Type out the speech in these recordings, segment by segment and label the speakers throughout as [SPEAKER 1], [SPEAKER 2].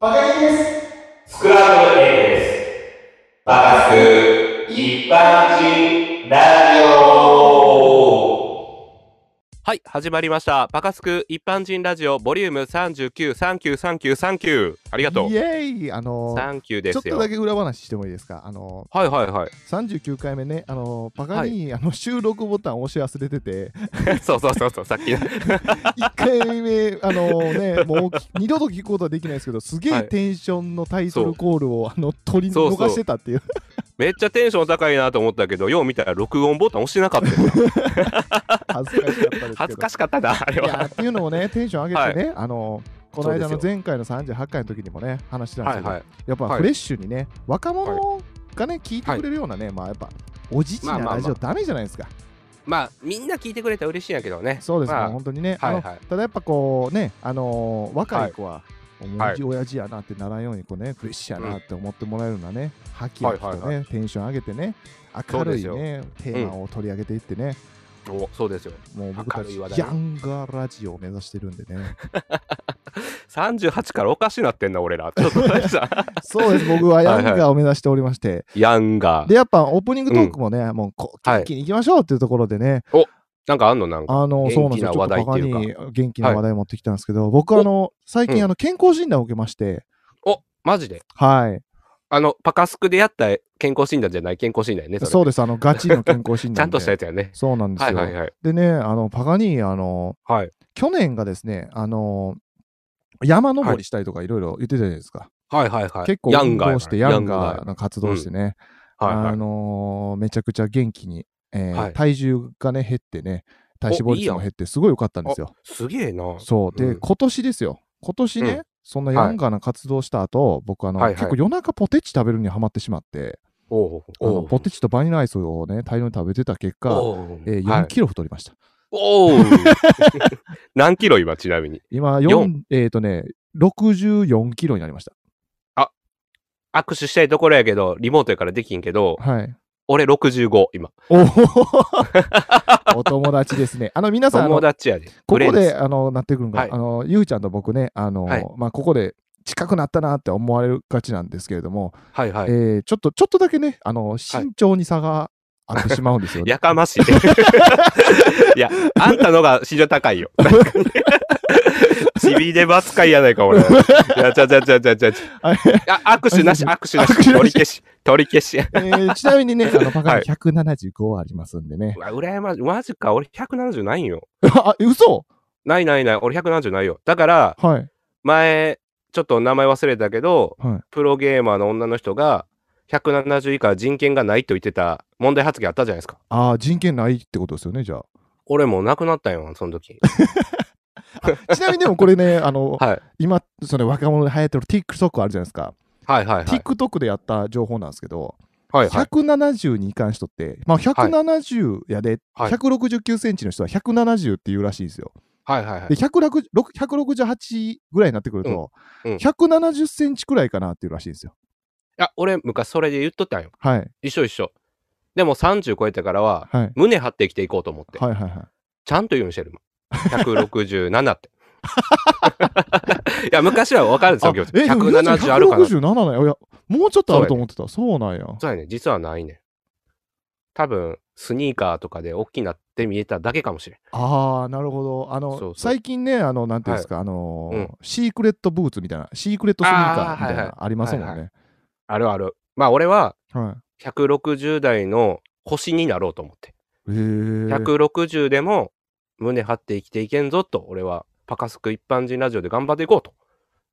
[SPEAKER 1] バカリです。
[SPEAKER 2] スクランブル A です。バカスク一般人ラジオ
[SPEAKER 3] はい、始まりました。バカスク一般人ラジオボリューム39、39、39、39。ありがとう
[SPEAKER 1] イ。エーイあのー
[SPEAKER 3] サンキューで
[SPEAKER 1] ちょ
[SPEAKER 3] す
[SPEAKER 1] っと
[SPEAKER 3] よ。
[SPEAKER 1] だ
[SPEAKER 3] はい
[SPEAKER 1] け裏話してもいいですかあの
[SPEAKER 3] はいはい。
[SPEAKER 1] ー、39回目ね、あのー、バカに、あの収録ボタン押し忘れてて、
[SPEAKER 3] そうそうそうそう、さっきの。
[SPEAKER 1] 1回目、あのーね、もうき二度と聞くことはできないですけど、すげえ
[SPEAKER 3] はい
[SPEAKER 1] テンションのタイトルコールを、あの、取り
[SPEAKER 3] そう
[SPEAKER 1] 逃
[SPEAKER 3] そう
[SPEAKER 1] してたっていう。
[SPEAKER 3] めっちゃテンション高いなと思ったけど、よう見たら録音ボタン押してなかったよ。
[SPEAKER 1] 恥ずかしかったですけど。
[SPEAKER 3] 恥ずかしかったな、あれ
[SPEAKER 1] いや
[SPEAKER 3] は。
[SPEAKER 1] っていうのもね、テンション上げてね、あのーこの間
[SPEAKER 3] そ
[SPEAKER 1] の
[SPEAKER 3] うです
[SPEAKER 1] 前回の38回の時にもね、話してたん
[SPEAKER 3] はい
[SPEAKER 1] ですけど、
[SPEAKER 3] はい。
[SPEAKER 1] やっぱ
[SPEAKER 3] はい
[SPEAKER 1] フレッシュにね、若者がね、聞いてくれるようなね、まあやっぱ、おじちな
[SPEAKER 3] まあまあまあ
[SPEAKER 1] ラジオダメじゃないですか。
[SPEAKER 3] まあ、みんな聞いてくれたら嬉しいんやけどね。
[SPEAKER 1] そうですね、
[SPEAKER 3] まあ
[SPEAKER 1] 本当に
[SPEAKER 3] は
[SPEAKER 1] ね。
[SPEAKER 3] い
[SPEAKER 1] あの
[SPEAKER 3] はい
[SPEAKER 1] ただやっぱこうね、あのー若い子は、
[SPEAKER 3] は
[SPEAKER 1] お
[SPEAKER 3] い
[SPEAKER 1] じ親父やなってならんようにこうね、フレッシュやなって思ってもらえるのはね、はきはきと
[SPEAKER 3] はいはい
[SPEAKER 1] ね、テンション上げてね、
[SPEAKER 3] そ
[SPEAKER 1] 明
[SPEAKER 3] うで
[SPEAKER 1] るい
[SPEAKER 3] すよ
[SPEAKER 1] ね、テーマを取り上げていってね、
[SPEAKER 3] おそうですよ。
[SPEAKER 1] もう僕た
[SPEAKER 3] 明る
[SPEAKER 1] ち、
[SPEAKER 3] い
[SPEAKER 1] ヤ
[SPEAKER 3] 話題
[SPEAKER 1] ンガーラジオを目指してるんでね。
[SPEAKER 3] 38からおかしなってんな、俺ら。ちょっと大した。
[SPEAKER 1] そうです、僕はヤン
[SPEAKER 3] は
[SPEAKER 1] ガ
[SPEAKER 3] い は
[SPEAKER 1] ーを目指しておりまして、
[SPEAKER 3] ヤンが
[SPEAKER 1] で、。やっぱオープニングトークもね、もうこう、
[SPEAKER 3] はい
[SPEAKER 1] 元気に行きましょうっていうところでね、
[SPEAKER 3] なんかあんのなんか。
[SPEAKER 1] あの、そうな
[SPEAKER 3] 元気
[SPEAKER 1] んですよ。
[SPEAKER 3] な
[SPEAKER 1] ちょ
[SPEAKER 3] 話題
[SPEAKER 1] っとバ
[SPEAKER 3] って
[SPEAKER 1] カ
[SPEAKER 3] いうか
[SPEAKER 1] に元気な話題持ってきたんですけど、僕あの、最近
[SPEAKER 3] うん
[SPEAKER 1] あの、健康診断を受けまして、
[SPEAKER 3] おマジで
[SPEAKER 1] はい。
[SPEAKER 3] あの、パカスクでやった健康診断じゃない健康診断やね。それ
[SPEAKER 1] そうです、あの、ガチの健康診断で。
[SPEAKER 3] ちゃんとしたやつやね。
[SPEAKER 1] そうなんです
[SPEAKER 3] は
[SPEAKER 1] よ。
[SPEAKER 3] いはいはい。
[SPEAKER 1] でね、あの、パガニー、あの、
[SPEAKER 3] はい。
[SPEAKER 1] 去年がですね、あの、山登りしたりとかいろいろ言ってたじゃないですか。
[SPEAKER 3] はいはいはい。
[SPEAKER 1] 結構
[SPEAKER 3] ヤン
[SPEAKER 1] 運
[SPEAKER 3] ガーや
[SPEAKER 1] 動
[SPEAKER 3] な
[SPEAKER 1] して、ヤン
[SPEAKER 3] ヤ
[SPEAKER 1] ガーの活動してね、
[SPEAKER 3] ーはいは
[SPEAKER 1] あ
[SPEAKER 3] い。
[SPEAKER 1] のーめちゃくちゃ元気に、えー
[SPEAKER 3] はい
[SPEAKER 1] 体重がね、減ってね、体脂肪
[SPEAKER 3] おいい
[SPEAKER 1] 率
[SPEAKER 3] やん
[SPEAKER 1] も減って、すごい良かったんですよ。
[SPEAKER 3] すげえな。は
[SPEAKER 1] そう。で、
[SPEAKER 3] うん
[SPEAKER 1] 今年ですよ。今年ね、
[SPEAKER 3] うん
[SPEAKER 1] そんなヤンガーな活動した後、僕あの、
[SPEAKER 3] はいはい
[SPEAKER 1] 結構夜中ポテチ食べるにはまってしまって、
[SPEAKER 3] おう
[SPEAKER 1] あの
[SPEAKER 3] おう
[SPEAKER 1] ポテチとバニラアイスをね、大量に食べてた結果、
[SPEAKER 3] おう
[SPEAKER 1] えー
[SPEAKER 3] は
[SPEAKER 1] 4
[SPEAKER 3] い
[SPEAKER 1] キロ太りました。
[SPEAKER 3] おう 何キロ今ちなみに。
[SPEAKER 1] 今、4
[SPEAKER 3] 四、
[SPEAKER 1] えっ、とね、64キロになりました。
[SPEAKER 3] 握手したいところやけど、リモートやからできんけど、
[SPEAKER 1] はい。
[SPEAKER 3] 俺65今。
[SPEAKER 1] お おお友達ですね。あの、皆さん、あの
[SPEAKER 3] 友達やで。
[SPEAKER 1] ここ
[SPEAKER 3] グレー
[SPEAKER 1] で、あの、なってくるのが、
[SPEAKER 3] はい
[SPEAKER 1] あの、ゆうちゃんと僕ね、あの、
[SPEAKER 3] はい
[SPEAKER 1] まあ、ここで近くなったなって思われるがちなんですけれども、
[SPEAKER 3] はいはい
[SPEAKER 1] え。ーちょっと、ちょっとだけね、あの、身長に差があってしまうんですよね。
[SPEAKER 3] やかまし い。いや、あんたのが市場高い よ。ちびでば扱いやないか、俺。いや、ちゃちゃちゃちゃちゃち
[SPEAKER 1] あれ
[SPEAKER 3] ゃ。あ握手なし、握手な
[SPEAKER 1] 握
[SPEAKER 3] し。
[SPEAKER 1] 手なし
[SPEAKER 3] 取り消し、取り消し。
[SPEAKER 1] えーちなみにね、あの、パカ
[SPEAKER 3] はい
[SPEAKER 1] に175ありますんでね
[SPEAKER 3] う。わ、羨ましい。マジか、俺170ないんよ。
[SPEAKER 1] あ、え嘘
[SPEAKER 3] ないないない、俺170ないよ。だから、
[SPEAKER 1] はい。
[SPEAKER 3] 前、ちょっと名前忘れたけど、
[SPEAKER 1] はい
[SPEAKER 3] プロゲーマーの女の人が、170以下は人権がないと言ってた問題発言あったじゃないですか。
[SPEAKER 1] ああ、人権ないってことですよね、じゃあ。
[SPEAKER 3] 俺もうなくなったんよ、その 時。
[SPEAKER 1] ちなみにでもこれね、あの、
[SPEAKER 3] はい。
[SPEAKER 1] 今、その若者で流行ってる TikTok あるじゃないですか。
[SPEAKER 3] はいはいはい。
[SPEAKER 1] TikTok でやった情報なんですけど、
[SPEAKER 3] はいはい。
[SPEAKER 1] 170に関しとって、まあ、170やで、
[SPEAKER 3] はい
[SPEAKER 1] 169センチの人は170っていうらしいんですよ。
[SPEAKER 3] はいはいはい
[SPEAKER 1] で、。160 168ぐらいになってくると、
[SPEAKER 3] うんうん
[SPEAKER 1] 170センチくらいかなっていうらしいんですよ。
[SPEAKER 3] いや、俺、昔それで言っとったんよ。
[SPEAKER 1] はい、
[SPEAKER 3] 一緒一緒。でも30超えてからは、
[SPEAKER 1] はい、
[SPEAKER 3] 胸張って生きていこうと思って。
[SPEAKER 1] はい、はいはい。
[SPEAKER 3] ちゃんと言うようにしてるもん。167って。 いや、昔は分かるんですよ、気持ち
[SPEAKER 1] えでも
[SPEAKER 3] 170あるかな。そ
[SPEAKER 1] 167なんや。いや、もうちょっとあると思ってた。そうなんや。
[SPEAKER 3] うやね、実はないね。多分、スニーカーとかで大きなって見えただけかもしれん。
[SPEAKER 1] ああ、なるほど。あの、
[SPEAKER 3] そうそう
[SPEAKER 1] 最近ね、あの、なんていうんですか、あのー
[SPEAKER 3] うん
[SPEAKER 1] シークレットブーツみたいな、シークレットスニーカーみた
[SPEAKER 3] あーは
[SPEAKER 1] い
[SPEAKER 3] いは、
[SPEAKER 1] ないありますもんね。は
[SPEAKER 3] はいいあるある。まあ、俺は160代の星になろうと思って。
[SPEAKER 1] へー
[SPEAKER 3] 160でも胸張って生きていけんぞと、俺はパカスク一般人ラジオで頑張っていこうと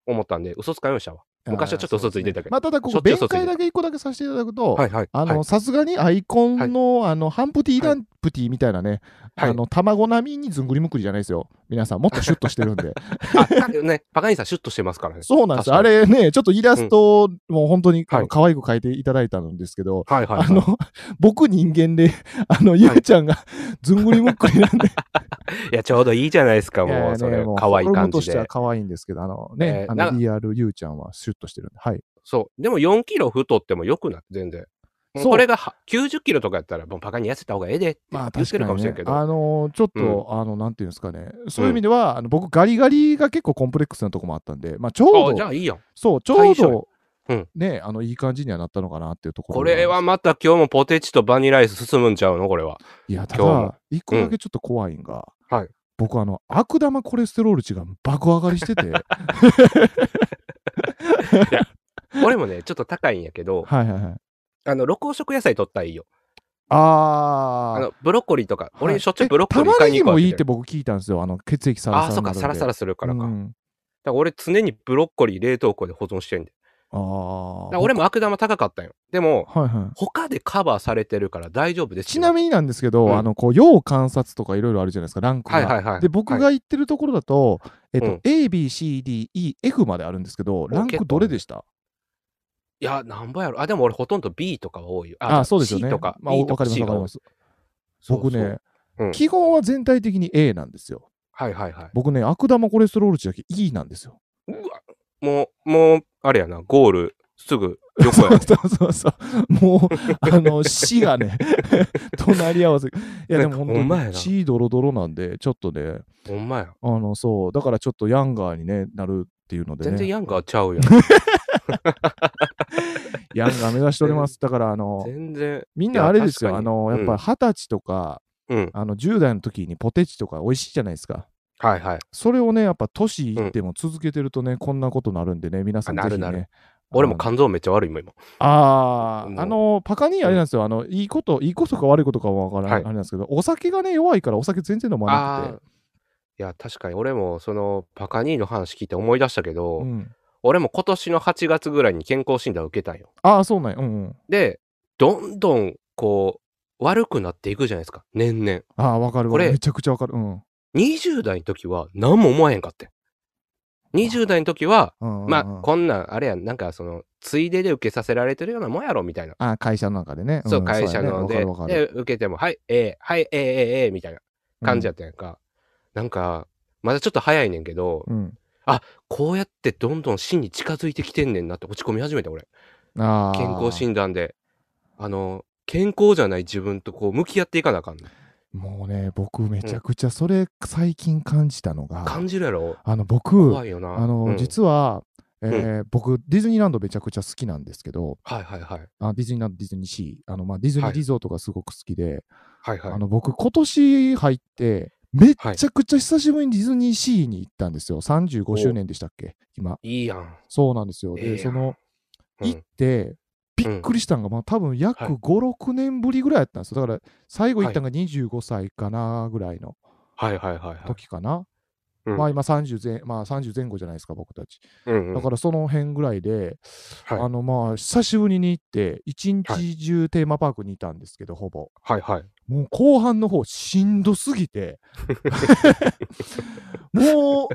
[SPEAKER 3] 思ったんで、嘘つかんようにしたわ。昔はちょっと嘘ついてたけど
[SPEAKER 1] あーそうですねまあ、ただ、こ
[SPEAKER 3] しょ
[SPEAKER 1] こ、
[SPEAKER 3] っちゅう
[SPEAKER 1] 弁
[SPEAKER 3] 嘘ついてた
[SPEAKER 1] 解だけ一個だけさせていただくと、
[SPEAKER 3] はいはい。
[SPEAKER 1] あの、
[SPEAKER 3] はい
[SPEAKER 1] さすがにアイコンの、あの、ハンプティー
[SPEAKER 3] は
[SPEAKER 1] ダ
[SPEAKER 3] い
[SPEAKER 1] ンプティーみたいなね、
[SPEAKER 3] はい
[SPEAKER 1] あの、卵並みにずんぐりむくりじゃないですよ。皆さん、もっとシュッとしてる んで。
[SPEAKER 3] あかね、パカニーさんシュッとしてますからね。
[SPEAKER 1] そうなんですよ。あ
[SPEAKER 3] 確かに
[SPEAKER 1] れね、ちょっとイラストを、もう本当に、あの
[SPEAKER 3] はい
[SPEAKER 1] 可愛く描いていただいたんですけど、
[SPEAKER 3] はいはい、はい。
[SPEAKER 1] あの、僕人間で、 あの、ゆうちゃんが、ずんぐりむっくりなんで、
[SPEAKER 3] いや、ちょうどいいじゃないですか、
[SPEAKER 1] いやい
[SPEAKER 3] も
[SPEAKER 1] や
[SPEAKER 3] う、そ
[SPEAKER 1] ね
[SPEAKER 3] れ
[SPEAKER 1] も、
[SPEAKER 3] 可愛い
[SPEAKER 1] フォル
[SPEAKER 3] 感
[SPEAKER 1] ムと
[SPEAKER 3] じ
[SPEAKER 1] しては
[SPEAKER 3] で。
[SPEAKER 1] 可愛いんですけど、あのね、
[SPEAKER 3] えー
[SPEAKER 1] あ
[SPEAKER 3] な
[SPEAKER 1] の、リアルゆうちゃんはシュッとしてるんで、はい。
[SPEAKER 3] そう。でも4キロ太っても良くなって、全然。もう
[SPEAKER 1] そう
[SPEAKER 3] これがは90キロとかやったら、もうバカに痩せた方がええでって
[SPEAKER 1] まあ
[SPEAKER 3] 言って
[SPEAKER 1] 確か
[SPEAKER 3] るか
[SPEAKER 1] に
[SPEAKER 3] もしれん
[SPEAKER 1] ね
[SPEAKER 3] け、ど。
[SPEAKER 1] あのーちょっと、あの、なんていうんですかね、そういう意味では、あの僕、ガリガリが結構コンプレックスなとこもあったんで、まあ、ちょ
[SPEAKER 3] あ
[SPEAKER 1] う
[SPEAKER 3] じゃ
[SPEAKER 1] ど、
[SPEAKER 3] あいいやん。
[SPEAKER 1] そう、ちょう
[SPEAKER 3] 対象
[SPEAKER 1] ど、
[SPEAKER 3] うん
[SPEAKER 1] ね、あの、いい感じにはなったのかなっていうところ
[SPEAKER 3] これはまた今日もポテチとバニラアイス進むんちゃうのこれ は。
[SPEAKER 1] いや、た
[SPEAKER 3] 今日も
[SPEAKER 1] だ、一個だけちょっと怖いんが、
[SPEAKER 3] はい
[SPEAKER 1] 僕、あの、悪玉コレステロール値が爆上がりし てて、はい
[SPEAKER 3] 俺もね、ちょっと高いんやけど、
[SPEAKER 1] はいはい。
[SPEAKER 3] あの、緑黄色野菜取ったらいいよ。
[SPEAKER 1] あ
[SPEAKER 3] あ
[SPEAKER 1] ー。
[SPEAKER 3] の、ブロッコリーとか、
[SPEAKER 1] は
[SPEAKER 3] 俺
[SPEAKER 1] い
[SPEAKER 3] しょっちゅうブロッコリ
[SPEAKER 1] え
[SPEAKER 3] ー
[SPEAKER 1] 玉
[SPEAKER 3] 買
[SPEAKER 1] ね
[SPEAKER 3] いに
[SPEAKER 1] ぎ
[SPEAKER 3] 行こ
[SPEAKER 1] も
[SPEAKER 3] う
[SPEAKER 1] いい
[SPEAKER 3] っ
[SPEAKER 1] ってて。僕聞いたんですよ。あの、血液サラサ
[SPEAKER 3] あ
[SPEAKER 1] ラ
[SPEAKER 3] あ、そうか、サラサラ
[SPEAKER 1] す
[SPEAKER 3] するからか。
[SPEAKER 1] う
[SPEAKER 3] だか
[SPEAKER 1] ん
[SPEAKER 3] ら俺常にブロッコリー冷凍庫で保存してんで。
[SPEAKER 1] あ
[SPEAKER 3] だ
[SPEAKER 1] ー
[SPEAKER 3] から俺も悪玉高かったんよ。でも、
[SPEAKER 1] はいはい。
[SPEAKER 3] 他でカバーされてるから大丈夫ですよ。
[SPEAKER 1] ちなみになんですけど、
[SPEAKER 3] うん
[SPEAKER 1] あのこう要観察とかいろいろあるじゃないですかランクが、
[SPEAKER 3] はいはいはい。
[SPEAKER 1] で僕
[SPEAKER 3] は
[SPEAKER 1] が
[SPEAKER 3] い
[SPEAKER 1] 言ってるところだと、えっと
[SPEAKER 3] うん
[SPEAKER 1] ABCDEF まであるんですけどランクどれでした
[SPEAKER 3] いや、なんぼやろ。あ、でも俺ほとんど B とかは多いよ。
[SPEAKER 1] あそうですよね
[SPEAKER 3] C とか、
[SPEAKER 1] まあ、
[SPEAKER 3] B
[SPEAKER 1] わ
[SPEAKER 3] と
[SPEAKER 1] か
[SPEAKER 3] か
[SPEAKER 1] ります
[SPEAKER 3] C
[SPEAKER 1] わ
[SPEAKER 3] が
[SPEAKER 1] かり
[SPEAKER 3] 多い
[SPEAKER 1] ます。僕ね
[SPEAKER 3] そうそううん
[SPEAKER 1] 基本は全体的に A なんですよ
[SPEAKER 3] はいはいはい。
[SPEAKER 1] 僕ね悪玉コレステロール値だけ E なんですよ
[SPEAKER 3] うわ、もう、もう、あれやな、ゴール、すぐ、横や
[SPEAKER 1] そうそうそうもうあの死 がね隣り合わせいやでも
[SPEAKER 3] ほん
[SPEAKER 1] 本
[SPEAKER 3] まや
[SPEAKER 1] 当
[SPEAKER 3] な
[SPEAKER 1] に血ドロドロなんでちょっとね
[SPEAKER 3] ほんまや。
[SPEAKER 1] あのそうだからちょっとヤンガーに、ね、なるっていうので、ね、
[SPEAKER 3] 全然ヤンガーちゃう やん。
[SPEAKER 1] ヤンガー目指しております。だから、あの、
[SPEAKER 3] 全然。
[SPEAKER 1] みんなあれです
[SPEAKER 3] い
[SPEAKER 1] よ、
[SPEAKER 3] や
[SPEAKER 1] あ
[SPEAKER 3] 確かに
[SPEAKER 1] の、やっぱ
[SPEAKER 3] うん
[SPEAKER 1] り二十歳とか、
[SPEAKER 3] うん。
[SPEAKER 1] あの、10代の時にポテチとか美味しいじゃないですか。
[SPEAKER 3] はいはい。
[SPEAKER 1] それをね、やっぱ年いっても続けてるとね、こんなことなるんでね、皆さん
[SPEAKER 3] あ
[SPEAKER 1] ぜ
[SPEAKER 3] な
[SPEAKER 1] ひ
[SPEAKER 3] る
[SPEAKER 1] ね。
[SPEAKER 3] なる俺も
[SPEAKER 1] あの
[SPEAKER 3] 肝臓めっちゃ悪いもん、今。
[SPEAKER 1] あー
[SPEAKER 3] もう
[SPEAKER 1] あの、パカニーあれなんですよ、あの、いいこと、いいことか悪いことかはわからな、
[SPEAKER 3] はいい
[SPEAKER 1] あれなんですけど、お酒がね、弱いからお酒全然飲ま
[SPEAKER 3] あ
[SPEAKER 1] な
[SPEAKER 3] あ
[SPEAKER 1] く
[SPEAKER 3] ー
[SPEAKER 1] て。。
[SPEAKER 3] いや、確かに俺も、その、パカニーの話聞いて思い出したけど、
[SPEAKER 1] うん、
[SPEAKER 3] 俺も今年の8月ぐらいに健康診断受けたんよ。
[SPEAKER 1] ああ、そうなんや。うん、うん。
[SPEAKER 3] で、どんどん、こう、悪くなっていくじゃないですか、年々。
[SPEAKER 1] ああ、わかるわ
[SPEAKER 3] こ
[SPEAKER 1] か
[SPEAKER 3] れ
[SPEAKER 1] る。めちゃくちゃわかる。うん。
[SPEAKER 3] 20代の時は何も思わへんかって。20代の時は、
[SPEAKER 1] うんうんうん
[SPEAKER 3] まあ、こんなん、あれやん、なんかその、ついでで受けさせられてるようなもんやろ、みたいな。
[SPEAKER 1] あー会社の中でね。
[SPEAKER 3] そう、
[SPEAKER 1] ん
[SPEAKER 3] 会社の
[SPEAKER 1] そう
[SPEAKER 3] で
[SPEAKER 1] やねわか、るわか
[SPEAKER 3] で、
[SPEAKER 1] る
[SPEAKER 3] 受けても、はい、ええはい、ええええええみたいな感じやったやんか。なんか、まだちょっと早いねんけど、
[SPEAKER 1] うん。
[SPEAKER 3] こうやってどんどん死に近づいてきてんねんなって落ち込み始めた、俺。
[SPEAKER 1] ああ。
[SPEAKER 3] 健康診断で。あの、健康じゃない自分とこう、向き合っていかなあかんの。
[SPEAKER 1] もうね、僕めちゃくちゃそれ最近感じたのが、
[SPEAKER 3] 感じるやろ
[SPEAKER 1] あの僕、
[SPEAKER 3] 怖いよな。
[SPEAKER 1] あの、
[SPEAKER 3] うん
[SPEAKER 1] 実は、えー僕ディズニーランドめちゃくちゃ好きなんですけど、
[SPEAKER 3] はいはいはい。
[SPEAKER 1] あディズニーランド、ディズニーシー、あのまあ、ディズニ
[SPEAKER 3] は
[SPEAKER 1] ー
[SPEAKER 3] い
[SPEAKER 1] リゾートがすごく好きで、
[SPEAKER 3] はいはい
[SPEAKER 1] あ。の僕今年入って、めっちゃくちゃ久しぶりにディズニーシーに行ったんですよ。35周年でしたっけ今。
[SPEAKER 3] いいやん。
[SPEAKER 1] そうなんですよ。
[SPEAKER 3] ええやん
[SPEAKER 1] で、その、
[SPEAKER 3] うん
[SPEAKER 1] 行って、びっくりしたのが、まあ多分約
[SPEAKER 3] はい
[SPEAKER 1] 5、6年ぶりぐらいやったんですよ。だから、最後行ったのが25歳かなぐらいの
[SPEAKER 3] はいはいはいはい。
[SPEAKER 1] 時かな。
[SPEAKER 3] うん
[SPEAKER 1] まあ今30前、まあ30前後じゃないですか、僕たち。
[SPEAKER 3] うんうん
[SPEAKER 1] だからその辺ぐらいで、
[SPEAKER 3] はい
[SPEAKER 1] あのまあ久しぶりに行って、一
[SPEAKER 3] は
[SPEAKER 1] 日中テーマパークにいたんですけど、ほぼ。
[SPEAKER 3] はいはい。
[SPEAKER 1] もう後半の方しんどすぎて、 もう、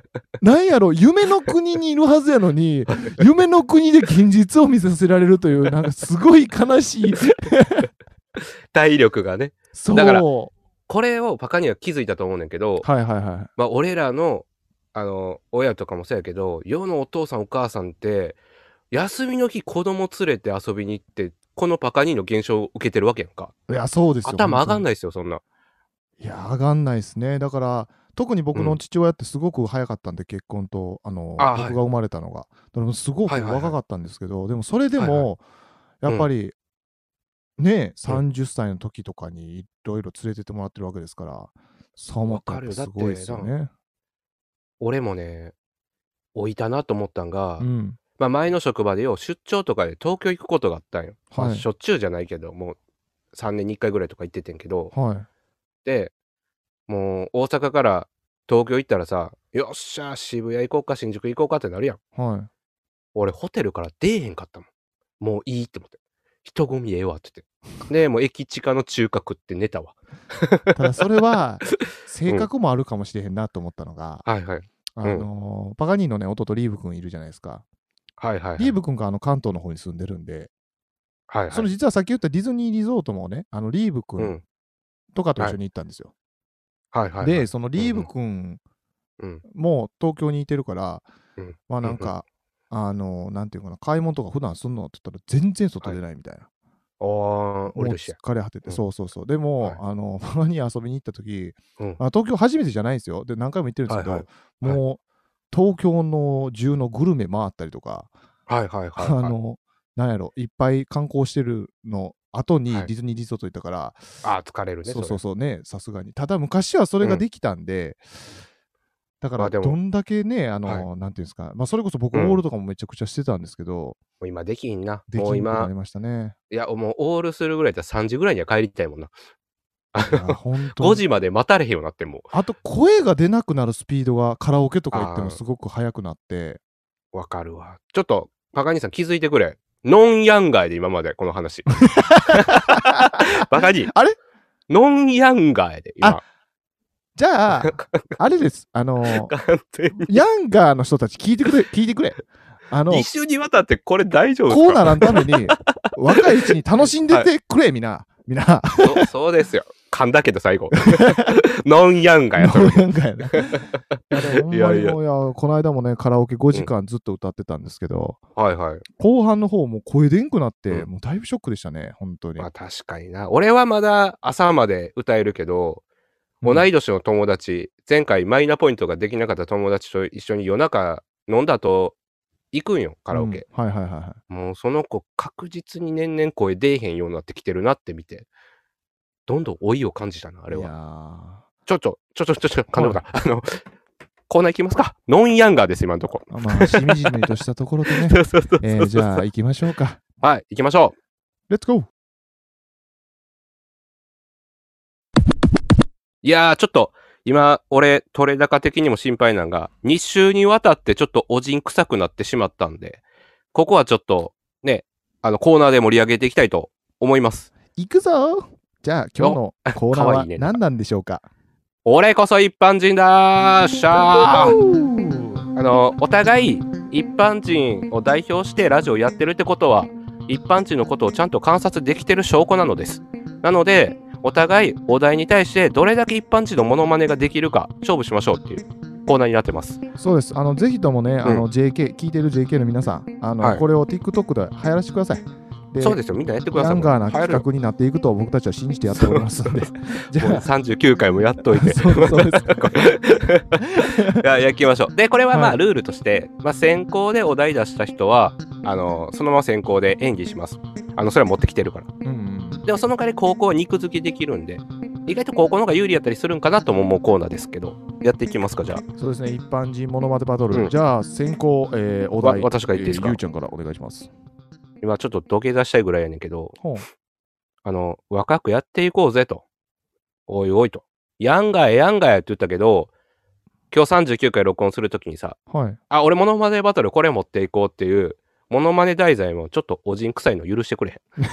[SPEAKER 1] なんやろ、夢の国にいるはずやのに、夢の国で現実を見させられるという、なんかすごい悲しい。
[SPEAKER 3] 体力がね。
[SPEAKER 1] そ う。
[SPEAKER 3] だから
[SPEAKER 1] は
[SPEAKER 3] これをパカには気づいたと思うねんけど、
[SPEAKER 1] いはいはい。
[SPEAKER 3] まあ俺らの、あの、親とかもそうやけど、世のお父さんお母さんって、休みの日子供連れて遊びに行って、このパカニーの現象を受けてるわけやんか。
[SPEAKER 1] いや、そうですよ。
[SPEAKER 3] 頭上がん
[SPEAKER 1] い。
[SPEAKER 3] ないですよ、そんな。
[SPEAKER 1] いや、上がんないですね。だから、特に僕
[SPEAKER 3] う
[SPEAKER 1] の
[SPEAKER 3] ん
[SPEAKER 1] 父親ってすごく早かったんで、結婚と、あの、
[SPEAKER 3] あはい
[SPEAKER 1] 僕が生まれたのが。だからすごく
[SPEAKER 3] はいはいはい
[SPEAKER 1] 若かったんですけど、でもそれで
[SPEAKER 3] はい
[SPEAKER 1] も、
[SPEAKER 3] うん
[SPEAKER 1] やっぱり、ね、
[SPEAKER 3] うん
[SPEAKER 1] 30歳の時とかにいろいろ連れてってもらってるわけですから、そう思った
[SPEAKER 3] わからるよ
[SPEAKER 1] すごいですよね。
[SPEAKER 3] 俺もね、老いたなと思ったんが、
[SPEAKER 1] うん。
[SPEAKER 3] まあ前の職場でよ、出張とかで東京行くことがあったんよ。まあ
[SPEAKER 1] はい
[SPEAKER 3] しょっちゅうじゃないけど、もう3年に1回ぐらいとか行っててんけど、
[SPEAKER 1] はい。
[SPEAKER 3] でもう大阪から東京行ったらさよっしゃ渋谷行こうか新宿行こうかってなるやん
[SPEAKER 1] はい。
[SPEAKER 3] 俺ホテルから出えへんかったもんもういいって思って人混みええわって言ってでもう駅近の中華食って寝たわ
[SPEAKER 1] ただそ れは、性格もあるかもしれへんなと思ったのが、
[SPEAKER 3] はいはい
[SPEAKER 1] あ
[SPEAKER 3] ん
[SPEAKER 1] の、パガニーのね、弟リーブ君いるじゃないですか。
[SPEAKER 3] はいはいはい
[SPEAKER 1] リーブ君があの関東の方に住んでるんで、
[SPEAKER 3] はいは
[SPEAKER 1] その
[SPEAKER 3] い
[SPEAKER 1] 実はさっき言ったディズニーリゾートもね、あのリーブ
[SPEAKER 3] う
[SPEAKER 1] 君
[SPEAKER 3] ん
[SPEAKER 1] とかと一緒に行ったんです
[SPEAKER 3] は
[SPEAKER 1] よ。
[SPEAKER 3] いはいはい
[SPEAKER 1] で、そのリーブ君
[SPEAKER 3] うん
[SPEAKER 1] も東京にいてるから、
[SPEAKER 3] うん
[SPEAKER 1] まあなんか、あの、なんていうかな、買い物とか普段すんのって言ったら全然外出ないみたいな。
[SPEAKER 3] ああ、
[SPEAKER 1] もう
[SPEAKER 3] 俺と一緒や。
[SPEAKER 1] 疲れ果てて、
[SPEAKER 3] うん
[SPEAKER 1] そうそうそう。でも、
[SPEAKER 3] はい
[SPEAKER 1] あの、 ママに遊びに行った時、
[SPEAKER 3] うん
[SPEAKER 1] あ東京初めてじゃないんですよ。で、何回も行ってるんですけど、
[SPEAKER 3] はいはい
[SPEAKER 1] もう、東京の中のグルメ回ったりとか、
[SPEAKER 3] はいはいはい、はい。
[SPEAKER 1] あの、なんやろ、いっぱい観光してるの後に
[SPEAKER 3] はい
[SPEAKER 1] ディズニーリゾート行ったから、
[SPEAKER 3] ああ、疲れるね。
[SPEAKER 1] そうそ
[SPEAKER 3] そ
[SPEAKER 1] うそうね、さすがに。ただ、昔はそれが
[SPEAKER 3] うん
[SPEAKER 1] できたんで、だか
[SPEAKER 3] ま
[SPEAKER 1] ら、
[SPEAKER 3] あで
[SPEAKER 1] ど
[SPEAKER 3] も
[SPEAKER 1] んだけね、あの、
[SPEAKER 3] は
[SPEAKER 1] なんていうんですか、まあ、それこそ僕、オ
[SPEAKER 3] うん
[SPEAKER 1] ールとかもめちゃくちゃしてたんですけど、
[SPEAKER 3] れもう今できひんな。
[SPEAKER 1] でき
[SPEAKER 3] も
[SPEAKER 1] な
[SPEAKER 3] う
[SPEAKER 1] くな
[SPEAKER 3] 今
[SPEAKER 1] り、ましたね。
[SPEAKER 3] いや、もうオールするぐらいだったら3時ぐらいには帰りたいもんな。
[SPEAKER 1] い や本当に
[SPEAKER 3] 5時まで待たれへんようになっても
[SPEAKER 1] あと声が出なくなるスピードがカラオケとか行ってもすごく速くなって
[SPEAKER 3] う。わかるわ。ちょっと、パカニーさん気づいてくれ。ノンヤンガイで今まで、この 話。バカに。
[SPEAKER 1] あれ
[SPEAKER 3] ノンヤンガイで今。
[SPEAKER 1] じ ゃああれですあの
[SPEAKER 3] 完全に
[SPEAKER 1] ヤンガーの人たち聞いてくれ聞いてくれあの
[SPEAKER 3] 一週にわたってこれ大丈夫ですか
[SPEAKER 1] こうならんために若いうちに楽しんでてくれ、みなみな
[SPEAKER 3] そうそうですよ。噛んだけど最後。 ノンヤン ガやそれ
[SPEAKER 1] ノーヤン ガーやないやでもほんまに
[SPEAKER 3] いやいや
[SPEAKER 1] もういやこの間もねカラオケ5時間ずっと歌ってたんですけど、
[SPEAKER 3] はいはい。
[SPEAKER 1] 後半の方もう声でんくなって、
[SPEAKER 3] うん
[SPEAKER 1] もうだいぶショックでしたね本当に、
[SPEAKER 3] まあ確かにな。俺はまだ朝まで歌えるけど、
[SPEAKER 1] うん
[SPEAKER 3] 同い年の友達、前回マイナポイントができなかった友達と一緒に夜中飲んだと行くんよ、カラオケ。
[SPEAKER 1] うんはいはいはいはい
[SPEAKER 3] もうその子確実に年々声出えへんようになってきてるなって見て、どんどん老いを感じたな、あれ
[SPEAKER 1] いや
[SPEAKER 3] は。
[SPEAKER 1] ー
[SPEAKER 3] ちょちょ、ちょちょちょちょ、感動だ。あの、コーナー行きますか。ノンヤンガーです、今のとこ。、
[SPEAKER 1] まあ、しみじみとしたところでね
[SPEAKER 3] そうそうそうそう
[SPEAKER 1] えーじゃあ行きましょうか。
[SPEAKER 3] はい、行きましょう。
[SPEAKER 1] レッツゴー
[SPEAKER 3] いやー、ちょっと、今、俺、取れ高的にも心配なんが、2週にわたってちょっとおじん臭くなってしまったんで、ここはちょっと、ね、あの、コーナーで盛り上げていきたいと思います。
[SPEAKER 1] 行くぞーじゃあ今日のコーナ
[SPEAKER 3] か
[SPEAKER 1] ー
[SPEAKER 3] わ
[SPEAKER 1] はい
[SPEAKER 3] いね
[SPEAKER 1] 何なんでしょうか
[SPEAKER 3] 俺こそ一般人だーっしゃー
[SPEAKER 1] は
[SPEAKER 3] あの、お互い、一般人を代表してラジオやってるってことは、一般人のことをちゃんと観察できてる証拠なのです。なので、お互いお題に対してどれだけ一般人のモノマネができるか勝負しましょうっていうコーナーになってます。
[SPEAKER 1] そうですあのぜひともね、あの JK 聞いてる JK の皆さんあの、
[SPEAKER 3] はい
[SPEAKER 1] これを TikTok で流行らせてくださいで
[SPEAKER 3] そうですよ、みんなやってくだ
[SPEAKER 1] ヤ
[SPEAKER 3] さい。
[SPEAKER 1] ンガー
[SPEAKER 3] も
[SPEAKER 1] な
[SPEAKER 3] う流行る
[SPEAKER 1] 企画になっていくと僕たちは信じてやっておりますんでじ
[SPEAKER 3] もう
[SPEAKER 1] ゃあ
[SPEAKER 3] 39回もやっ といて。
[SPEAKER 1] そうそうですか
[SPEAKER 3] いや、やきましょう。で、これはま
[SPEAKER 1] は
[SPEAKER 3] あ、
[SPEAKER 1] い
[SPEAKER 3] ルールとして、まあ、先行でお題出した人は、あの、そのまま先行で演技します。あの、それは持ってきてるから。
[SPEAKER 1] うんうん
[SPEAKER 3] でも、その代わり高校は肉付きできるんで、意外と高校の方が有利やったりするんかなとも思うコーナーですけど、やっていきますか、じゃあ。
[SPEAKER 1] そうですね一般人モノマネバトル、
[SPEAKER 3] うん
[SPEAKER 1] じゃあ先行、えーお題
[SPEAKER 3] わ私から言っていいですか
[SPEAKER 1] えーゆうちゃんからお願いします
[SPEAKER 3] 今、ちょっと土下座したいぐらいやねんけど、
[SPEAKER 1] ほう
[SPEAKER 3] あの、若くやっていこうぜと。おいおいと。やんがや、やんがやって言ったけど、今日39回録音するときにさ、
[SPEAKER 1] はい
[SPEAKER 3] あ、俺モノマネバトルこれ持っていこうっていう、モノマネ題材もちょっとおじん臭いの許してくれ へん。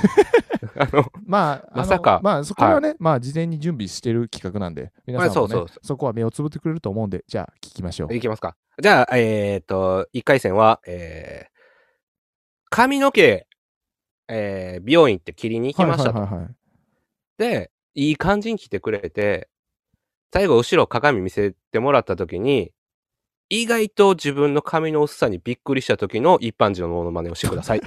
[SPEAKER 3] あの、
[SPEAKER 1] まあ、
[SPEAKER 3] まさか
[SPEAKER 1] あのまあ、そこはね、まあ、事前に準備してる企画なんで、皆さんも、ね
[SPEAKER 3] まあそうそう
[SPEAKER 1] そこは目をつぶってくれると思うんで、じゃあ、聞きましょう。
[SPEAKER 3] いきますか。じゃあ、えっ、と、1回戦は、えー髪の毛、えー美容院って切りに行きましたと。
[SPEAKER 1] はいはいはいはい
[SPEAKER 3] で、いい感じに来てくれて、最後後ろ鏡見せてもらった時に、意外と自分の髪の薄さにびっくりした時の一般人のモノマネをしてくだ さい。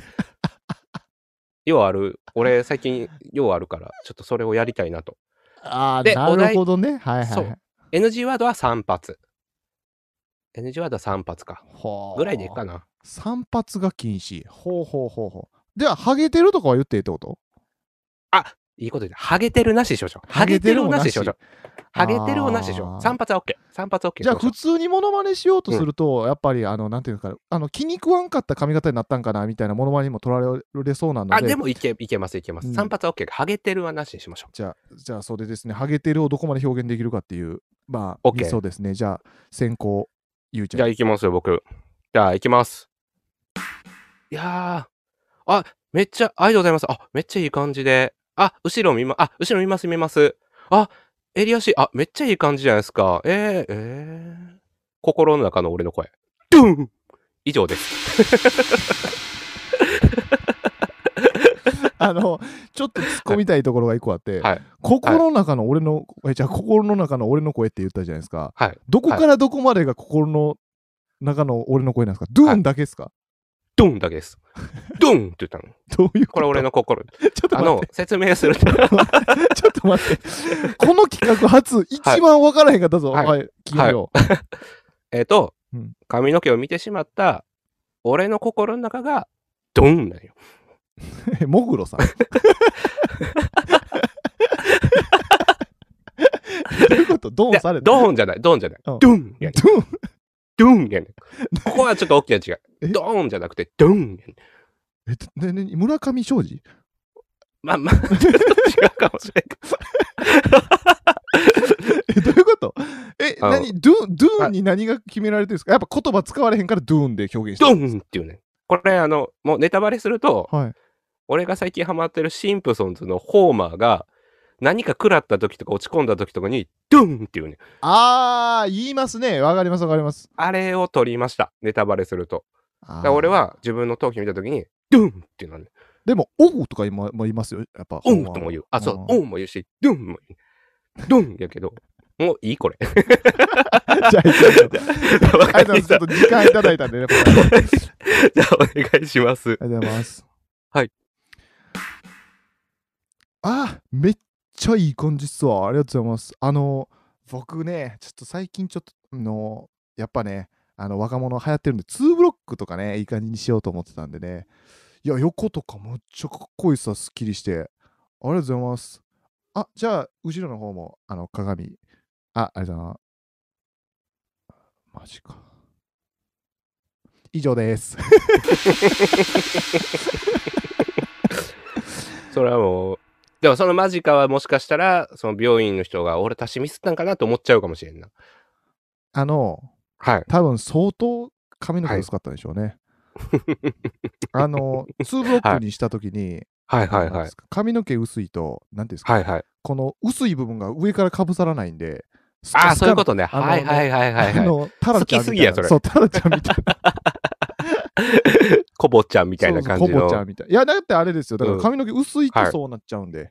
[SPEAKER 3] ようある、俺最近ようあるから、ちょっとそれをやりたいなと。
[SPEAKER 1] ああ、
[SPEAKER 3] で
[SPEAKER 1] なるほどね。はいはい
[SPEAKER 3] そ
[SPEAKER 1] は
[SPEAKER 3] う NG ワードは3発。NG ワードは3発か。
[SPEAKER 1] い。
[SPEAKER 3] ぐらいでいいか
[SPEAKER 1] な。
[SPEAKER 3] な。
[SPEAKER 1] 散髪が禁止。ほうほうほうほう。では、ハゲてるとかは言っていいってこと
[SPEAKER 3] いいこと言って、ハゲてるなしでしょうじゃん。ハゲてるをなしでしょうじゃん。ハゲてるをなしでし
[SPEAKER 1] あ
[SPEAKER 3] ょ
[SPEAKER 1] ー
[SPEAKER 3] う。3発は OK。3発 OK。
[SPEAKER 1] じゃあ、普通にモノマネしようとすると、やっぱり、あの、なんていうのか、あの、気に食わんかった髪型になったんかな、みたいなモノマネにも取られれそうなので、
[SPEAKER 3] あ、でもいけ、いけます、いけま
[SPEAKER 1] う
[SPEAKER 3] す。
[SPEAKER 1] ん
[SPEAKER 3] 3発は OK。ハゲてるはなしにしましょう。
[SPEAKER 1] じゃあ、じゃあ、それですね、ハゲてるをどこまで表現できるかっていう、まあ、
[SPEAKER 3] OK
[SPEAKER 1] 理想ですね。じゃあ、先行、ゆうち
[SPEAKER 3] じゃ
[SPEAKER 1] ゃ
[SPEAKER 3] あ
[SPEAKER 1] ん。
[SPEAKER 3] 行きますよ、僕。じゃあ行きます。いやー、あ、めっちゃ、ありがとうございます。あ、めっちゃいい感じで。あ、後ろ見ま、あ、後ろ見ます、見ます。あ、襟足、あ、めっちゃいい感じじゃないですか。えー、えー。心の中の俺の声。ドゥン以上です。
[SPEAKER 1] あの、ちょっと突っ込みたいところが一個あって、
[SPEAKER 3] はい
[SPEAKER 1] 心の中の俺の、えじゃあ、心の中の俺の声って言ったじゃないですか。
[SPEAKER 3] はい
[SPEAKER 1] どこからどこまでが心の中の俺の声なんですか、ドゥーンだけですか、
[SPEAKER 3] ドンだけです。ドンって言ったの。
[SPEAKER 1] どういう
[SPEAKER 3] これ俺
[SPEAKER 1] の。
[SPEAKER 3] の心。
[SPEAKER 1] ちょっ と
[SPEAKER 3] あ
[SPEAKER 1] 待っ
[SPEAKER 3] の
[SPEAKER 1] て、、
[SPEAKER 3] 説明する と。
[SPEAKER 1] ちょっと待って。この企画初、一番分からへんかったぞ。は、
[SPEAKER 3] はいい
[SPEAKER 1] 金曜。
[SPEAKER 3] えっと
[SPEAKER 1] うん、
[SPEAKER 3] 髪の毛を見てしまった、俺の心の中が、ドンだよ。
[SPEAKER 1] もぐろさん。どういうことド
[SPEAKER 3] い
[SPEAKER 1] ン
[SPEAKER 3] や
[SPEAKER 1] された
[SPEAKER 3] ドンじゃない、ドンじゃない。
[SPEAKER 1] うん
[SPEAKER 3] ドンやね
[SPEAKER 1] ドン
[SPEAKER 3] ドンやねここはちょっと大きな違
[SPEAKER 1] え
[SPEAKER 3] い。ドーンじゃなくて、ドンやね
[SPEAKER 1] えっとねね村上庄司
[SPEAKER 3] まあまあ、ちょっと違うかもしれんけど。
[SPEAKER 1] え、どういうことえ、
[SPEAKER 3] あの
[SPEAKER 1] 何ドゥン、ドゥ
[SPEAKER 3] は
[SPEAKER 1] ン
[SPEAKER 3] い
[SPEAKER 1] に何が決められてるんですかやっぱ言葉使われへんからドゥンで表現し
[SPEAKER 3] ド
[SPEAKER 1] てる。
[SPEAKER 3] ンっていうね。これ、あの、もうネタバレすると、
[SPEAKER 1] はい。
[SPEAKER 3] 俺が最近ハマってるシンプソンズのホーマーが、何か食らった時とか落ち込んだ時とかに、ドンっていうね。
[SPEAKER 1] あー、言いますね。わかりますわかります。
[SPEAKER 3] あれを取りました。ネタバレすると。
[SPEAKER 1] あー
[SPEAKER 3] だから俺。は自分の頭皮見た時に、ドゥンっていうのはね、
[SPEAKER 1] でも、オウとか今も言いますよ。やっぱ。
[SPEAKER 3] オンとも言う。あ、そう、オンも言うし、ドゥンも言う。ドゥンやけ ど、もういいこれ。
[SPEAKER 1] じゃあ、ちょっと
[SPEAKER 3] わ
[SPEAKER 1] あ
[SPEAKER 3] か
[SPEAKER 1] り
[SPEAKER 3] り
[SPEAKER 1] がと
[SPEAKER 3] ました
[SPEAKER 1] うございます。ちょっと時間いただいたんでね。これは
[SPEAKER 3] じゃあお願いします。
[SPEAKER 1] ありがとうございます。
[SPEAKER 3] はい。
[SPEAKER 1] あ、めっちゃいい感じっすわ。ありがとうございます。あの、僕ね、ちょっと最近ちょっと、あの、やっぱね、あの若者流行ってるんで、2ブロックとかね、いい感じにしようと思ってたんでね。いや、横とかむっちゃかっこいいさ、すっきりして。ありがとうございます。あ、じゃあ、後ろの方も、あの、鏡。あ、ありがとうございます。マジか。以上です。
[SPEAKER 3] それはもう、でもそのマジかはもしかしたら、その病院の人が俺足しミスったんかなと思っちゃうかもしれんな。
[SPEAKER 1] あの、
[SPEAKER 3] はい。
[SPEAKER 1] 多分相当髪の毛薄かったんでしょうね。あの、2ブロックにしたときに、
[SPEAKER 3] はいはい
[SPEAKER 1] なん
[SPEAKER 3] は
[SPEAKER 1] で
[SPEAKER 3] い
[SPEAKER 1] す。か髪の毛薄いと、なんていうんですか、
[SPEAKER 3] はいはい。
[SPEAKER 1] この薄い部分が上からかぶさらないんで、ス
[SPEAKER 3] あ
[SPEAKER 1] カ
[SPEAKER 3] あ、
[SPEAKER 1] ス
[SPEAKER 3] そ
[SPEAKER 1] カ
[SPEAKER 3] ういうことね。
[SPEAKER 1] あの
[SPEAKER 3] はいはいはいはい
[SPEAKER 1] あ
[SPEAKER 3] はい。
[SPEAKER 1] の、タラちゃん
[SPEAKER 3] 好き
[SPEAKER 1] みたいな。
[SPEAKER 3] すぎやそれ
[SPEAKER 1] う、タラちゃんみたいな。
[SPEAKER 3] コボちゃんみたいな感じ
[SPEAKER 1] そうそうコボ
[SPEAKER 3] の
[SPEAKER 1] ち。ゃんみたい。いや、だってあれですよ。だから
[SPEAKER 3] うん
[SPEAKER 1] 髪の毛薄いと
[SPEAKER 3] はい
[SPEAKER 1] そうなっちゃうんで。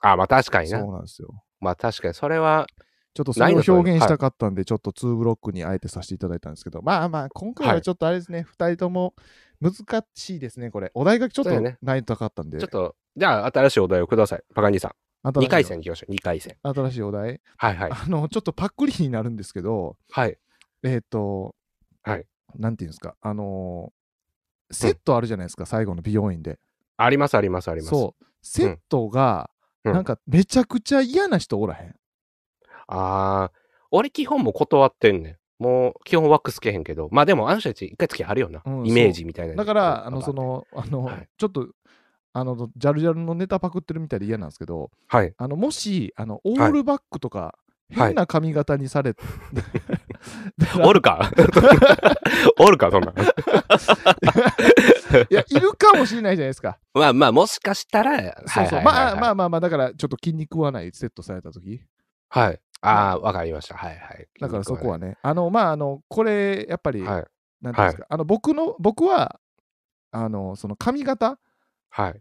[SPEAKER 3] ああ、まあ確かに
[SPEAKER 1] そ
[SPEAKER 3] な
[SPEAKER 1] う。なんですよ。
[SPEAKER 3] まあ確かに、それは、
[SPEAKER 1] ちょっとそ
[SPEAKER 3] な
[SPEAKER 1] れ
[SPEAKER 3] いの
[SPEAKER 1] を表
[SPEAKER 3] そういうの
[SPEAKER 1] 現したかったんで、ちょっと2ブロックにあえてさせていただいたんですけど、まあまあ、今回
[SPEAKER 3] は
[SPEAKER 1] はいちょっとあれですね、二2人とも難しいですね、これ。お題がちょっ
[SPEAKER 3] そう
[SPEAKER 1] と
[SPEAKER 3] やね
[SPEAKER 1] ないとかったんで、
[SPEAKER 3] ちょっと、じゃあ新しいお題をください。パガニーさん。
[SPEAKER 1] 新しい
[SPEAKER 3] 2回戦いきましょう。2回戦。
[SPEAKER 1] 新しいお題、
[SPEAKER 3] はいはい。
[SPEAKER 1] あの、ちょっとパックリになるんですけど、
[SPEAKER 3] はい。
[SPEAKER 1] えっ、と、
[SPEAKER 3] はい
[SPEAKER 1] なんていうんですか、あのーセットあるじゃないですか、最後の美容院で。
[SPEAKER 3] ありますありますあります。
[SPEAKER 1] そう、セットが、
[SPEAKER 3] うん
[SPEAKER 1] なんかめちゃくちゃ嫌な人おらへん。
[SPEAKER 3] ああ、俺基本もう断ってんねん。もう基本ワックスつけへんけど、まあでもあの人たち一回つけあるよな、
[SPEAKER 1] うん
[SPEAKER 3] イメージみたいな。
[SPEAKER 1] だから、あの、そ、の、あの、
[SPEAKER 3] はい
[SPEAKER 1] ちょっと、あの、ジャルジャルのネタパクってるみたいで嫌なんですけど、
[SPEAKER 3] はい。
[SPEAKER 1] あのもしあのオ
[SPEAKER 3] は
[SPEAKER 1] ー
[SPEAKER 3] い
[SPEAKER 1] ルバックとか、
[SPEAKER 3] はい
[SPEAKER 1] 変な髪型にさ れて、だから
[SPEAKER 3] おる かおるか、そんなん。
[SPEAKER 1] いやいるかもしれないじゃないですか。
[SPEAKER 3] まあまあ、もしかしたら、
[SPEAKER 1] そうそう、まあまあまあまあだからちょっと筋肉はないセットされた時
[SPEAKER 3] あ。はい。ああ、わかりました。はいはい。
[SPEAKER 1] だからそこはねあのまああのこれやっぱり、
[SPEAKER 3] はい。
[SPEAKER 1] なんていうんですか、あの僕の僕はあのその髪型
[SPEAKER 3] はい。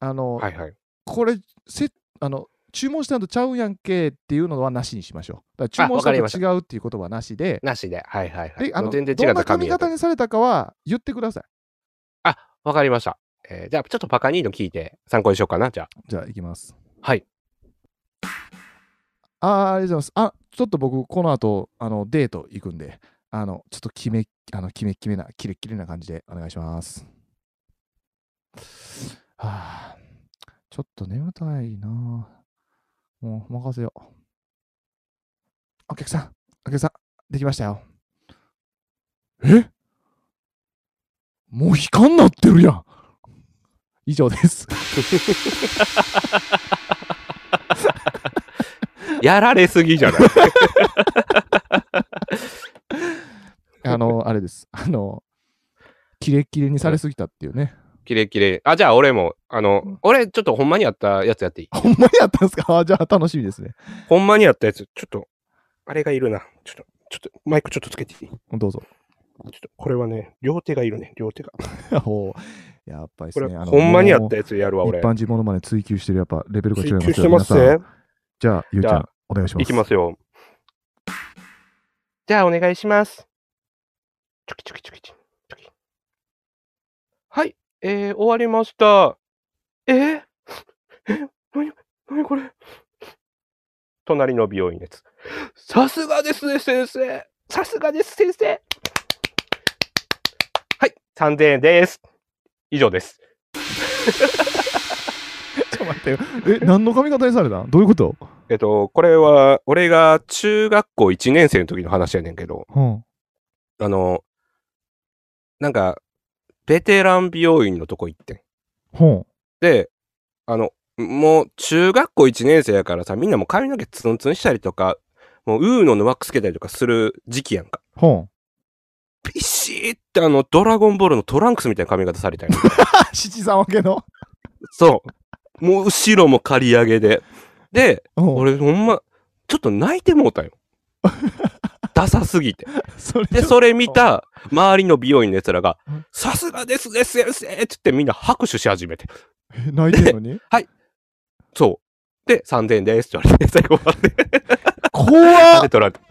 [SPEAKER 1] あの、
[SPEAKER 3] はいはい。
[SPEAKER 1] これセあの注文したのとちゃうやんけっていうのはなしにしましょう。だから注文
[SPEAKER 3] あわ
[SPEAKER 1] した
[SPEAKER 3] かり
[SPEAKER 1] の
[SPEAKER 3] まし
[SPEAKER 1] と
[SPEAKER 3] た
[SPEAKER 1] 違うっていうことはなしで、
[SPEAKER 3] なしで。はいはいはい。
[SPEAKER 1] であ
[SPEAKER 3] も
[SPEAKER 1] の
[SPEAKER 3] う全然違
[SPEAKER 1] どん
[SPEAKER 3] った
[SPEAKER 1] な
[SPEAKER 3] 髪
[SPEAKER 1] 髪
[SPEAKER 3] 型
[SPEAKER 1] 型にされたかは言ってください。
[SPEAKER 3] わかりました。えーじゃあ、ちょっとパカニーの聞いて参考にしようかな、じゃあ。
[SPEAKER 1] じゃあ、いきます。
[SPEAKER 3] はい。
[SPEAKER 1] あーありがとうございます。あ、ちょっと僕、この後、あの、デート行くんで、あの、ちょっとキメ、あの、キメキメな、キレッキレな感じでお願いします。はあ、ちょっと眠たいなもう、任せよう。お客さん、お客さん、できましたよ。えもう悲観なってるやん以上です。
[SPEAKER 3] やられすぎじゃない
[SPEAKER 1] あの、あれです。 あの、キレッキレにされすぎたっていうね。
[SPEAKER 3] キレキレ。あ、じゃあ俺も、あの、俺ちょっとほんまにあったやつやっていい
[SPEAKER 1] ほんまにやったんですか あじゃあ楽しみですね。
[SPEAKER 3] ほんまにあったやつ、ちょっと、あれがいるな。ちょっと、ちょっと、マイクちょっとつけていいちょ
[SPEAKER 1] どう ぞ。
[SPEAKER 3] っと、これはね、両手がいるね、両手が。
[SPEAKER 1] ほうやっぱりで
[SPEAKER 3] こ
[SPEAKER 1] す
[SPEAKER 3] れ、
[SPEAKER 1] ね。あの
[SPEAKER 3] ほんまにあったやつやるわ、
[SPEAKER 1] もう
[SPEAKER 3] 俺
[SPEAKER 1] 一。般人モノマネ追求してるやっぱレベルが違い
[SPEAKER 3] 追
[SPEAKER 1] ますよ
[SPEAKER 3] 求してます
[SPEAKER 1] 皆さ
[SPEAKER 3] ね
[SPEAKER 1] ん。じゃあ、ゆうち
[SPEAKER 3] じ
[SPEAKER 1] ゃ
[SPEAKER 3] ゃ
[SPEAKER 1] ん、お願いします。
[SPEAKER 3] いきますよ。じゃあ、お願いします。チョキチョキチョキチョキ。はい、えー、終わりました。えー、え、なに、なにこれ。隣の美容院です。さすがですね、先生。さすがです、先生。はい、3000円です。以上です。
[SPEAKER 1] ちょっと待ってよ。え、何の髪型にされたんどういうこと
[SPEAKER 3] えっと、これは、俺が中学校1年生の時の話やねんけど、
[SPEAKER 1] うん。
[SPEAKER 3] あの、なんか、ベテラン美容院のとこ行ってん。
[SPEAKER 1] ほ
[SPEAKER 3] で、あの、もう中学校1年生やからさ、みんなもう髪の毛ツンツンしたりとか、もうウーノのワックスつけたりとかする時期やんか。
[SPEAKER 1] ん。ほん。
[SPEAKER 3] ピシーってあの、ドラゴンボールのトランクスみたいな髪型されたよ。
[SPEAKER 1] あ、 七三分け の。
[SPEAKER 3] そう。もう後ろも刈り上げで。で、
[SPEAKER 1] うん。
[SPEAKER 3] 俺ほんま、ちょっと泣いてもうたよ。ダサすぎて。
[SPEAKER 1] それ
[SPEAKER 3] で、
[SPEAKER 1] ちょ
[SPEAKER 3] それ見た周りの美容院の奴らが
[SPEAKER 1] うん、
[SPEAKER 3] さすがですね、先生って言ってみんな拍手し始めて。
[SPEAKER 1] え泣いてんのに
[SPEAKER 3] そう。で、3000円ですって言われて、最 後終わって。
[SPEAKER 1] 怖
[SPEAKER 3] で取られた。い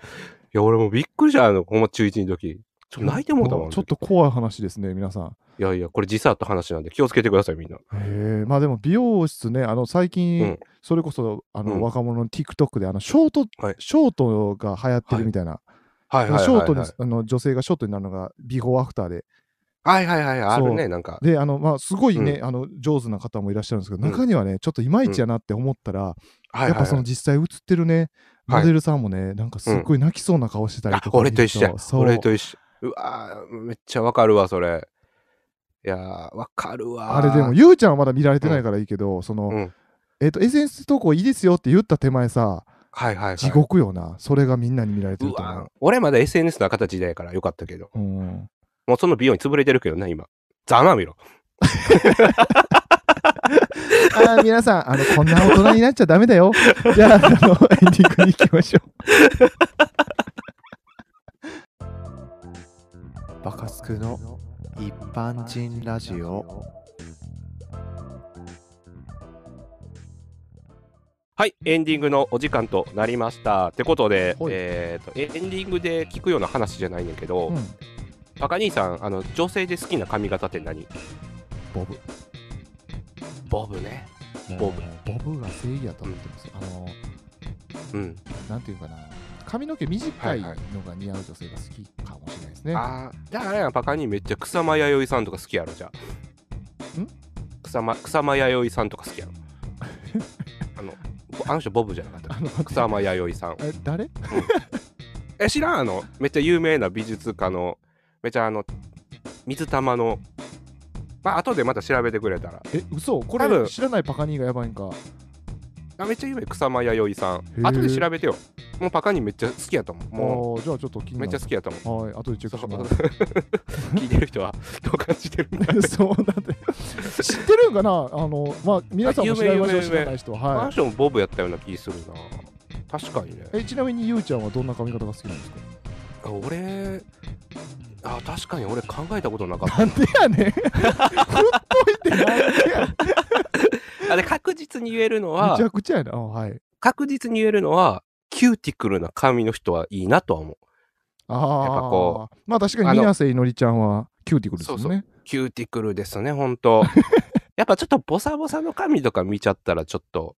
[SPEAKER 3] や、俺もうびっくりしたあの、ほんま中1の時。ちょっと 泣いてもうたもん。
[SPEAKER 1] ちょっと怖い話ですね、皆さん。
[SPEAKER 3] いやいや、これ時差あった話なんで気をつけてください、みんな。
[SPEAKER 1] へえまあでも美容室ね、あの最近、
[SPEAKER 3] うん
[SPEAKER 1] それこそあの、
[SPEAKER 3] うん
[SPEAKER 1] 若者の TikTok であのショート、
[SPEAKER 3] はい
[SPEAKER 1] ショートが流行ってるみたいな、
[SPEAKER 3] はいはいはい、はい。
[SPEAKER 1] ショートにあの女性がショートになるのがビフォーアフターで、
[SPEAKER 3] はいはいはい、ある
[SPEAKER 1] そ
[SPEAKER 3] ね、なんか。
[SPEAKER 1] であのまあすごいね、あの上手な方もいらっしゃるんですけど、
[SPEAKER 3] うん
[SPEAKER 1] 中にはねちょっといまいちやなって思ったら、
[SPEAKER 3] はいはいはい、
[SPEAKER 1] やっぱその実際映ってるね、
[SPEAKER 3] はい
[SPEAKER 1] モデルさんもね、なんかすっごい泣きそうな顔してたり
[SPEAKER 3] あ
[SPEAKER 1] とか、
[SPEAKER 3] 俺と一緒や。
[SPEAKER 1] そう
[SPEAKER 3] 俺と一緒。うわーめっちゃわかるわ、それ。いやー、わかるわ
[SPEAKER 1] あれでも、
[SPEAKER 3] い
[SPEAKER 1] ゆうちゃんはまだ見られてないからいいけど、その、
[SPEAKER 3] うん
[SPEAKER 1] えっ、と、SNS 投稿いいですよって言った手前さ、
[SPEAKER 3] はいはい、はい。
[SPEAKER 1] 地獄よな。それがみんなに見られて
[SPEAKER 3] う
[SPEAKER 1] ると思
[SPEAKER 3] わ
[SPEAKER 1] う
[SPEAKER 3] ー。俺まだ SNS の形代やからよかったけど。
[SPEAKER 1] うん、
[SPEAKER 3] もうその美容に潰れてるけどね、今。ざまあみろ。
[SPEAKER 1] あー皆さんあの、こんな大人になっちゃダメだよ。 じゃあ、あのエンディングに行きましょ
[SPEAKER 4] バカスクの一般人ラジオ
[SPEAKER 3] はい、エンディングのお時間となりました。ってことで、
[SPEAKER 1] はい
[SPEAKER 3] えーとエンディングで聞くような話じゃないねんけど、
[SPEAKER 1] う。うん、
[SPEAKER 3] バカ兄さん、あの女性で好きな髪型って何
[SPEAKER 1] ボブ。
[SPEAKER 3] ボブね。ボブ。
[SPEAKER 1] ボブが正義やと思ってます。あの、
[SPEAKER 3] うん。
[SPEAKER 1] なんていうかな。髪の毛短いのが似合う女性が好きかもしれないですね。
[SPEAKER 3] ああ、だからあれやんバカ兄めっちゃ草間彌生さんとか好きやろ、じゃあ。
[SPEAKER 1] ん
[SPEAKER 3] 草間草間彌生さんとか好 きやろ。あの、ぼあの人ボブじゃなかった
[SPEAKER 1] あの
[SPEAKER 3] っけ。草間彌生さん。
[SPEAKER 1] え、誰
[SPEAKER 3] え、知らんあの、めっちゃ有名な美術家の、めっちゃあの、水玉の、まあ、後でまた調べてくれたら。
[SPEAKER 1] え、嘘こ
[SPEAKER 3] 多分
[SPEAKER 1] れ知らないパカニーがやばいんか。
[SPEAKER 3] あめっちゃ有名草間彌生さん
[SPEAKER 1] ー
[SPEAKER 3] 後で調べてよもうパカにめっちゃ好きやと思うも
[SPEAKER 1] あーじゃあちょっと気
[SPEAKER 3] う
[SPEAKER 1] に
[SPEAKER 3] め
[SPEAKER 1] な
[SPEAKER 3] っちゃ
[SPEAKER 1] る
[SPEAKER 3] 好きやと思う
[SPEAKER 1] はい、後でチェックし
[SPEAKER 3] そう
[SPEAKER 1] ます。
[SPEAKER 3] 聞いてる人はどう感じてるんだ
[SPEAKER 1] そうなんで知ってるんかなあのまあ皆さんも知らない場所
[SPEAKER 3] 有名有名
[SPEAKER 1] 知らない人は、
[SPEAKER 3] マ
[SPEAKER 1] は
[SPEAKER 3] ン
[SPEAKER 1] い
[SPEAKER 3] ションボブやったような気するな確かにね
[SPEAKER 1] えちなみにゆうちゃんはどんな髪型が好きなんですか
[SPEAKER 3] あ俺あ確かに俺考えたことなかっ
[SPEAKER 1] なんでやねん振っといてなんでやねん
[SPEAKER 3] たあで確実に言えるの
[SPEAKER 1] め
[SPEAKER 3] は
[SPEAKER 1] ちゃくちゃやなあはい
[SPEAKER 3] 確実に言えるのはキューティクルな髪の人はいいなとは思う
[SPEAKER 1] あ
[SPEAKER 3] やっぱこ
[SPEAKER 1] あまあ確かに水瀬いのりちゃんはキューティクルですよね
[SPEAKER 3] そうキューティクルですねほんとやっぱちょっとボサボサの髪とか見ちゃったらちょっと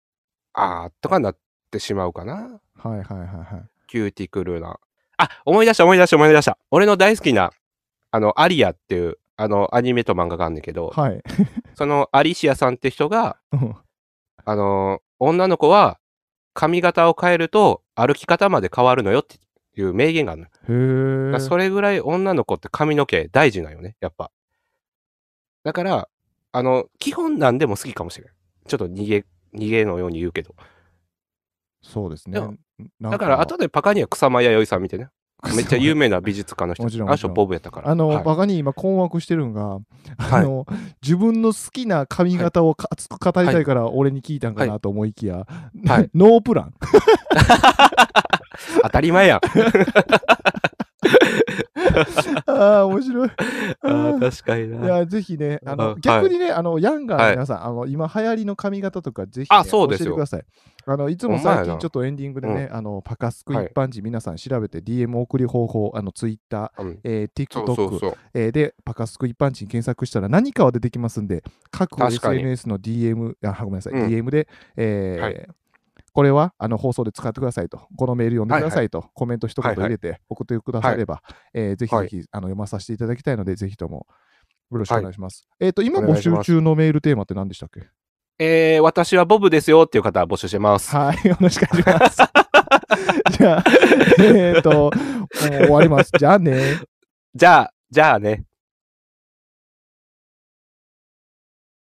[SPEAKER 3] あーとかなってしまうかな
[SPEAKER 1] はいはいはいはい
[SPEAKER 3] キューティクルな。あ、思い出した思い出した思い出した。俺の大好きな、あの、アリアっていう、あの、アニメと漫画があるんだけど、
[SPEAKER 1] はい
[SPEAKER 3] そのアリシアさんって人が、
[SPEAKER 1] うん
[SPEAKER 3] あの、女の子は髪型を変えると歩き方まで変わるのよっていう名言があるのよ。だから
[SPEAKER 1] へえ
[SPEAKER 3] それぐらい女の子って髪の毛大事なんよね、やっぱ。だから、あの、基本なんでも好きかもしれん。ちょっと逃げ、逃げのように言うけど。
[SPEAKER 1] そうですね
[SPEAKER 3] でも
[SPEAKER 1] なん
[SPEAKER 3] だから、 後でパカには草間弥生さん見てね。めっちゃ有名な美術家の人。
[SPEAKER 1] もちろん
[SPEAKER 3] あの人
[SPEAKER 1] もちろ
[SPEAKER 3] ボブやったから。
[SPEAKER 1] あの、
[SPEAKER 3] はい
[SPEAKER 1] バカに今困惑してるんが、
[SPEAKER 3] はい
[SPEAKER 1] あの自分の好きな髪型をか熱く語りたいから俺に聞いたんかなと思いきや、
[SPEAKER 3] はい
[SPEAKER 1] ノープラ ン
[SPEAKER 3] 当たり前やん。
[SPEAKER 1] ああ、面白い。
[SPEAKER 3] あー確かに
[SPEAKER 1] い
[SPEAKER 3] な。
[SPEAKER 1] や、ぜひね、あ
[SPEAKER 3] は
[SPEAKER 1] の
[SPEAKER 3] い
[SPEAKER 1] 逆にね、あのヤンガー
[SPEAKER 3] は
[SPEAKER 1] の
[SPEAKER 3] い
[SPEAKER 1] 皆さん、あの今流行りの髪型とか、ぜひね、
[SPEAKER 3] あそうです
[SPEAKER 1] 教え
[SPEAKER 3] よ
[SPEAKER 1] てください。あのいつも
[SPEAKER 3] ほんまや
[SPEAKER 1] 最
[SPEAKER 3] な
[SPEAKER 1] 近ちょっとエンディングでね、あのパカスク一
[SPEAKER 3] はい
[SPEAKER 1] 般人、皆さん調べて DM 送り方法、あの Twitter、
[SPEAKER 3] うん
[SPEAKER 1] えー
[SPEAKER 3] そ
[SPEAKER 1] TikTok
[SPEAKER 3] うそうそう。
[SPEAKER 1] えーでパカスク一般人検索したら何かは出てきますんで、各
[SPEAKER 3] 確かに
[SPEAKER 1] SNS の DM、あごめんなさい、
[SPEAKER 3] うん
[SPEAKER 1] DM で、えー
[SPEAKER 3] は
[SPEAKER 1] これはあの放送で使ってくださいと、このメール読んでくださいと、コメント一言
[SPEAKER 3] はいはい
[SPEAKER 1] 入れて送ってくだされば、えーぜひぜひ、あの読まさせていただきたいので、ぜひともよろしくお願いします。えっ、と、今
[SPEAKER 3] お願
[SPEAKER 1] 募
[SPEAKER 3] いします
[SPEAKER 1] 集中のメールテーマって何でしたっけ
[SPEAKER 3] えー、私はボブですよっていう方は募集してます。
[SPEAKER 1] はい、よろしくお願 いします。じゃあ、えっ、と、もう終わります。じゃあね
[SPEAKER 3] じゃあ、じゃあね。